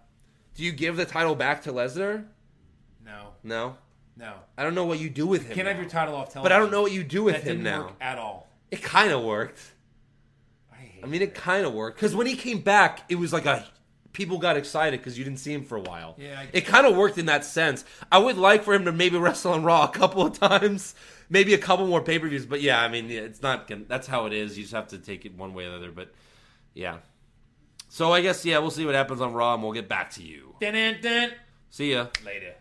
[SPEAKER 1] Do you give the title back to Lesnar?
[SPEAKER 4] No.
[SPEAKER 1] No.
[SPEAKER 4] No.
[SPEAKER 1] I don't know what you do with him.
[SPEAKER 4] Can't have
[SPEAKER 1] now.
[SPEAKER 4] your title off television.
[SPEAKER 1] But I don't know what you do with
[SPEAKER 4] that
[SPEAKER 1] him
[SPEAKER 4] didn't
[SPEAKER 1] now.
[SPEAKER 4] work at all.
[SPEAKER 1] It kind of worked.
[SPEAKER 4] I hate
[SPEAKER 1] I mean, it kind of worked because when he came back, it was like a people got excited because you didn't see him for a while.
[SPEAKER 4] Yeah, I-
[SPEAKER 1] it kind of worked in that sense. I would like for him to maybe wrestle on Raw a couple of times, maybe a couple more pay per views. But yeah, I mean, yeah, it's not. gonna- That's how it is. You just have to take it one way or the other. But yeah. So I guess yeah, we'll see what happens on Raw, and we'll get back to you.
[SPEAKER 4] Dun, dun, dun.
[SPEAKER 1] See ya.
[SPEAKER 4] Later.